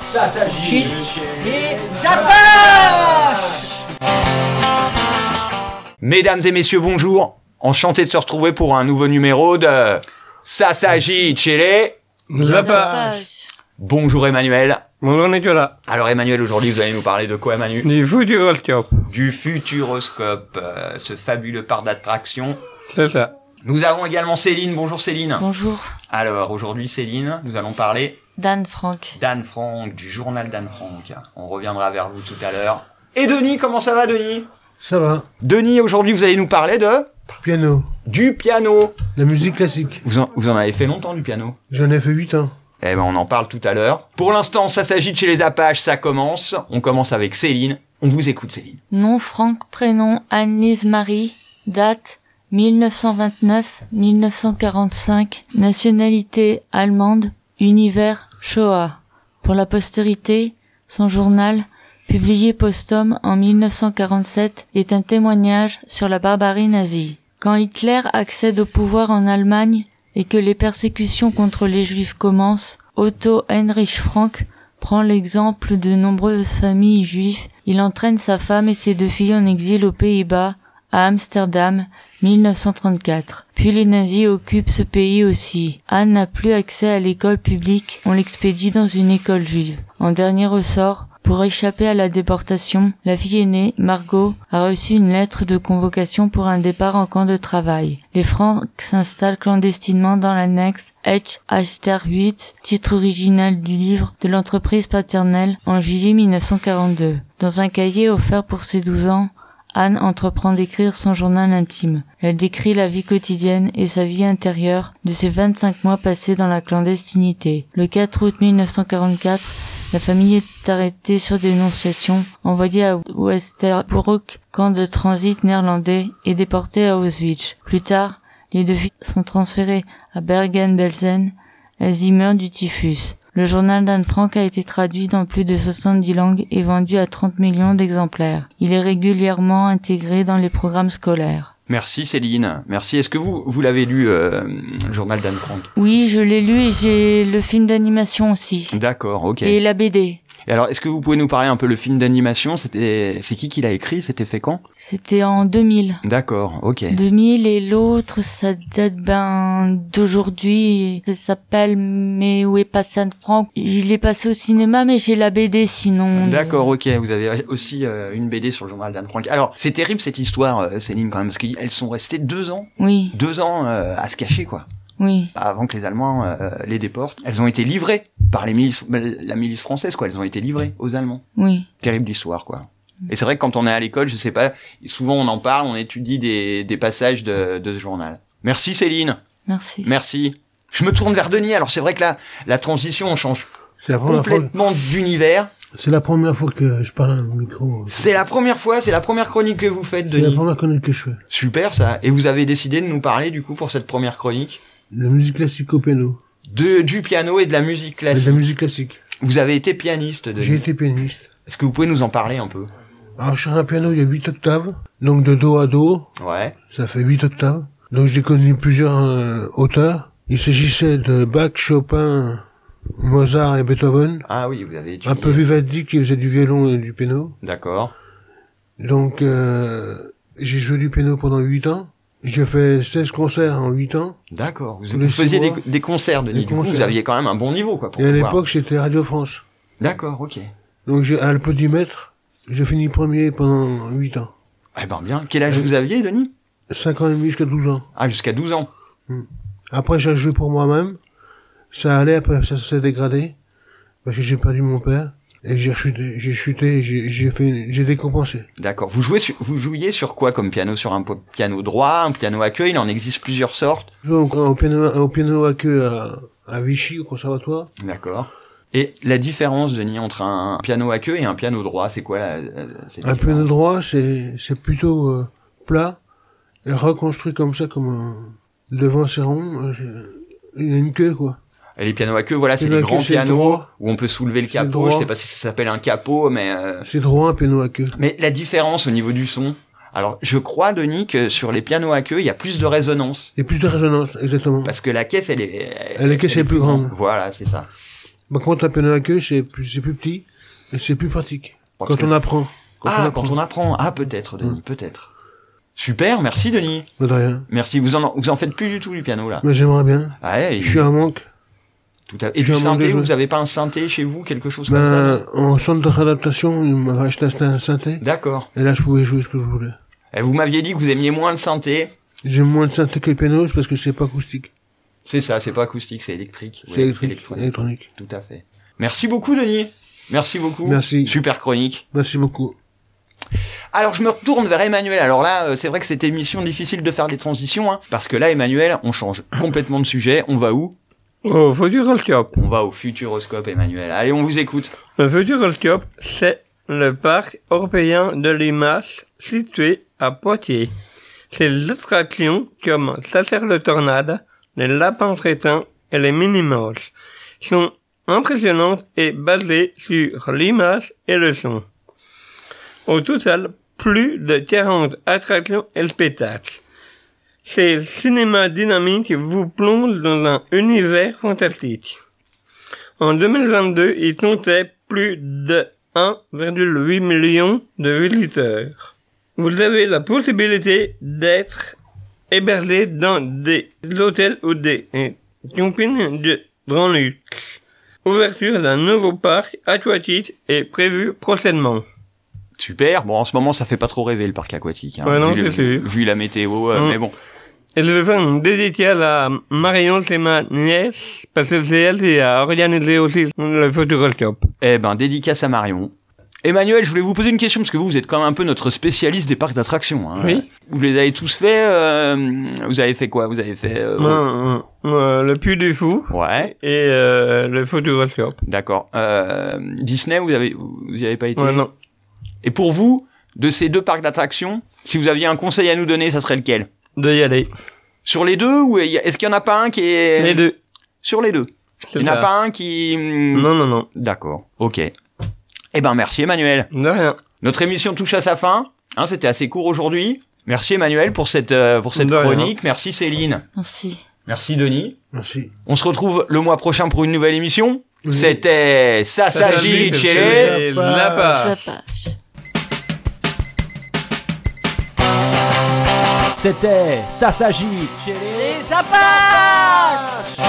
ça s'agit. Et ça poche Mesdames et messieurs, bonjour. Enchanté de se retrouver pour un nouveau numéro de Ça s'agit chez les. Bonjour Emmanuel. Bonjour Nicolas. Alors Emmanuel, aujourd'hui vous allez nous parler de quoi Emmanuel Du foot du World Cup. Du Futuroscope, euh, ce fabuleux parc d'attraction. C'est ça. Nous avons également Céline. Bonjour Céline. Bonjour, Alors aujourd'hui Céline, nous allons parler Dan Franck. d'Anne Frank, du journal d'Anne Frank. On reviendra vers vous tout à l'heure. Et Denis, comment ça va Denis Ça va, Denis, aujourd'hui vous allez nous parler de... piano, Du piano. la musique classique. Vous en, vous en avez fait longtemps du piano J'en ai fait hein. 8 ans. Eh ben, on en parle tout à l'heure. Pour l'instant, ça s'agite chez les Apaches, ça commence. On commence avec Céline. On vous écoute, Céline. Nom Franck, prénom Anne-Lise Marie, date 1929-1945, nationalité allemande, univers Shoah. Pour la postérité, son journal, publié posthume en 1947, est un témoignage sur la barbarie nazie. Quand Hitler accède au pouvoir en Allemagne et que les persécutions contre les juifs commencent, Otto Heinrich Frank prend l'exemple de nombreuses familles juives. Il entraîne sa femme et ses deux filles en exil aux Pays-Bas, à Amsterdam, 1934. Puis les nazis occupent ce pays aussi. Anne n'a plus accès à l'école publique, on l'expédie dans une école juive. En dernier ressort, pour échapper à la déportation, la fille aînée, Margot, a reçu une lettre de convocation pour un départ en camp de travail. Les Francs s'installent clandestinement dans l'annexe H. Aster 8, titre original du livre de l'entreprise paternelle en juillet 1942. Dans un cahier offert pour ses 12 ans, Anne entreprend d'écrire son journal intime. Elle décrit la vie quotidienne et sa vie intérieure de ses 25 mois passés dans la clandestinité. Le 4 août 1944, la famille est arrêtée sur dénonciation, envoyée à Westerbrook, camp de transit néerlandais, et déportée à Auschwitz. Plus tard, les deux filles sont transférées à Bergen-Belsen. Elles y meurent du typhus. Le journal d'Anne Frank a été traduit dans plus de 70 langues et vendu à 30 millions d'exemplaires. Il est régulièrement intégré dans les programmes scolaires. Merci, Céline. Merci. Est-ce que vous, vous l'avez lu, euh, le journal d'Anne Frank Oui, je l'ai lu et j'ai le film d'animation aussi. D'accord, ok. Et Et la BD. alors, est-ce que vous pouvez nous parler un peu le film d'animation C'était, c'est qui qui l'a écrit C'était fait quand C'était en 2000. D'accord, ok. 2000 et l'autre, ça date ben d'aujourd'hui. Ça s'appelle Mais où est passé Anne Frank Il est passé au cinéma, mais j'ai la BD sinon. D'accord, ok. Vous avez aussi euh, une BD sur le journal d'Anne Frank. Alors, c'est terrible cette histoire, euh, Céline, quand même, parce qu'elles sont restées deux ans, Oui, deux ans euh, à se cacher, quoi. oui. Bah, avant que les Allemands euh, les déportent, elles ont été livrées par les milices, bah, la milice française, quoi. Elles ont été livrées aux Allemands. Oui, Terrible histoire, quoi. Mm. Et c'est vrai que quand on est à l'école, je sais pas, souvent on en parle, on étudie des, des passages de, de ce journal. Merci Céline, merci. merci. Je me tourne vers Denis. Alors c'est vrai que là, la transition, on change C'est Oh, la première fois. complètement d'univers. C'est la première fois que je parle à un micro. C'est la première fois, c'est la première chronique que vous faites, C'est la Denis. première chronique que je fais. Super ça. Et vous avez décidé de nous parler du coup pour cette première chronique La musique classique au Eh, piano. de du piano et de la musique C'est de classique. la musique classique. Vous avez été pianiste, Denis. Eh ben- J'ai été pianiste. Est-ce que vous pouvez nous en parler un peu Alors sur un piano, il y a 8 octaves. Donc de do à do, Ouais. ça fait 8 octaves. Donc j'ai connu plusieurs euh, auteurs. Il s'agissait de Bach, Chopin, Mozart et Beethoven. Ah oui, vous avez étudié. Un peu Vivaldi qui faisait du violon et du piano. D'accord. Donc, euh, j'ai joué du piano pendant 8 ans. J'ai fait 16 concerts en 8 ans. D'accord. Vous, Tous les vous faisiez six des, mois. des concerts, Denis. Des Du coup, vous concerts. aviez quand même un bon niveau, quoi. Pour Et à pouvoir- l'époque, c'était Radio France. D'accord, ok. Eh Donc, j'ai, à l'applaudimètre, j'ai fini premier pendant 8 ans. Eh ben bien. Quel âge vous aviez, Denis 5 ans et demi jusqu'à 12 ans. Ah, jusqu'à 12 ans. Après, j'ai joué pour moi-même. Ça allait, après, ça s'est dégradé. Parce que j'ai perdu mon père. Et j'ai chuté, j'ai chuté, j'ai, j'ai fait, une- j'ai décompensé. D'accord. Vous jouez, sur- vous jouiez sur quoi comme piano Sur un po- piano droit, un piano à queue. Il en existe plusieurs sortes. Je jouais au, au piano, au piano à queue à, à Vichy, au conservatoire. D'accord. Et la différence, Denis, entre un piano à queue et un piano droit, c'est quoi la, la- cette Un différence piano droit, c'est c'est plutôt euh, plat et reconstruit comme ça, comme un... devant c'est rond. euh, c'est- Il y a une queue quoi. Et les pianos à queue, voilà, c'est Piano les à queue, grands c'est le pianos droit. où on peut soulever le C'est le capot. Je droit. sais pas si ça s'appelle un capot, mais euh, C'est droit un piano à queue. Mais la différence au niveau du son. Alors, je crois, Denis, que sur les pianos à queue, il y a plus de résonance. Il y a plus de résonance, exactement. Parce que la caisse, elle est. Elle est- caisse est plus grande. Voilà, c'est ça. Par contre, taper dans la queue, c'est plus, c'est plus petit et c'est plus pratique. Parce quand que- on apprend. Quand ah, on quand apprend. Mm. on apprend. Ah, peut-être, Denis, peut-être. Super, merci, Denis. Mais de rien. Merci. Vous en, vous en faites plus du tout du piano, là. Ah, Mais j'aimerais bien. Ouais, et, Je suis en manque. tout à- et je suis du un manque de synthé, jouer. vous avez pas un synthé chez vous, quelque chose comme ça Ben, en centre de réadaptation, il m'avait acheté un- un synthé. D'accord. Et là, je pouvais jouer ce que je voulais. Et vous m'aviez dit que vous aimiez moins le synthé. J'aime moins le synthé que le piano, c'est parce que c'est pas acoustique. C'est ça, c'est pas acoustique, c'est électrique. C'est Ouais, électrique. Électronique. Tout à fait. Merci beaucoup, Denis. Merci beaucoup. Merci. Super chronique. Merci beaucoup. Alors je me retourne vers Emmanuel. Alors là, euh, c'est vrai que cette émission difficile de faire des transitions, hein, parce que là, Emmanuel, on change complètement de sujet. On va où Au Futuroscope. On va au Futuroscope, Emmanuel. Allez, on vous écoute. Le Futuroscope, c'est le parc européen de l'image situé à Poitiers. Ses attractions comme Sasser le Tornade, les lapins crétins et les mini-mouse sont impressionnantes et basées sur l'image et le son. Au total, plus de 40 attractions et spectacles. Ces cinémas dynamiques vous plongent dans un univers fantastique. En 2022, il comptait plus de 1,8 million de visiteurs. Vous avez la possibilité d'être hébergé dans des hôtels ou des euh, campings de grand luxe. Ouverture d'un nouveau parc aquatique est prévue prochainement. Super. Bon, en ce moment, ça fait pas trop rêver le parc aquatique. Hein, Ouais, non, vu, le- c'est sûr. vu la météo, euh, Mm. mais bon. Et je vais faire une dédicace à Marion, c'est ma nièce, parce que c'est elle qui a organisé aussi le Futuroscope. Eh ben, dédicace à Marion. Emmanuel, je voulais vous poser une question parce que vous, vous êtes quand même un peu notre spécialiste des parcs d'attractions. Hein. Oui. Vous les avez tous faits. euh, vous avez fait quoi Vous avez fait. euh, Euh, euh, le Puy du Fou Ouais. et euh, le Futuroscope. D'accord. Euh, Disney, vous avez, vous y avez pas été. Ouais, non. Et pour vous, de ces deux parcs d'attractions, si vous aviez un conseil à nous donner, ça serait lequel De y aller. Sur les deux ou il y a- est-ce qu'il y en a pas un qui est Les deux. sur les deux c'est Il n'y en a ça. pas un qui hmm, Non, non, non. D'accord. OK. Eh ben merci Emmanuel. De rien. Notre émission touche à sa fin. Hein, c'était assez court aujourd'hui. Merci Emmanuel pour cette euh, pour cette De rien. chronique. Merci Céline. Merci. Merci Denis. Merci. On se retrouve le mois prochain pour une nouvelle émission. Oui. C'était ça s'agit s'agit chez chez Ah. Lapage. Lapage. Lapage. C'était Ça s'agit chez les- Les apaches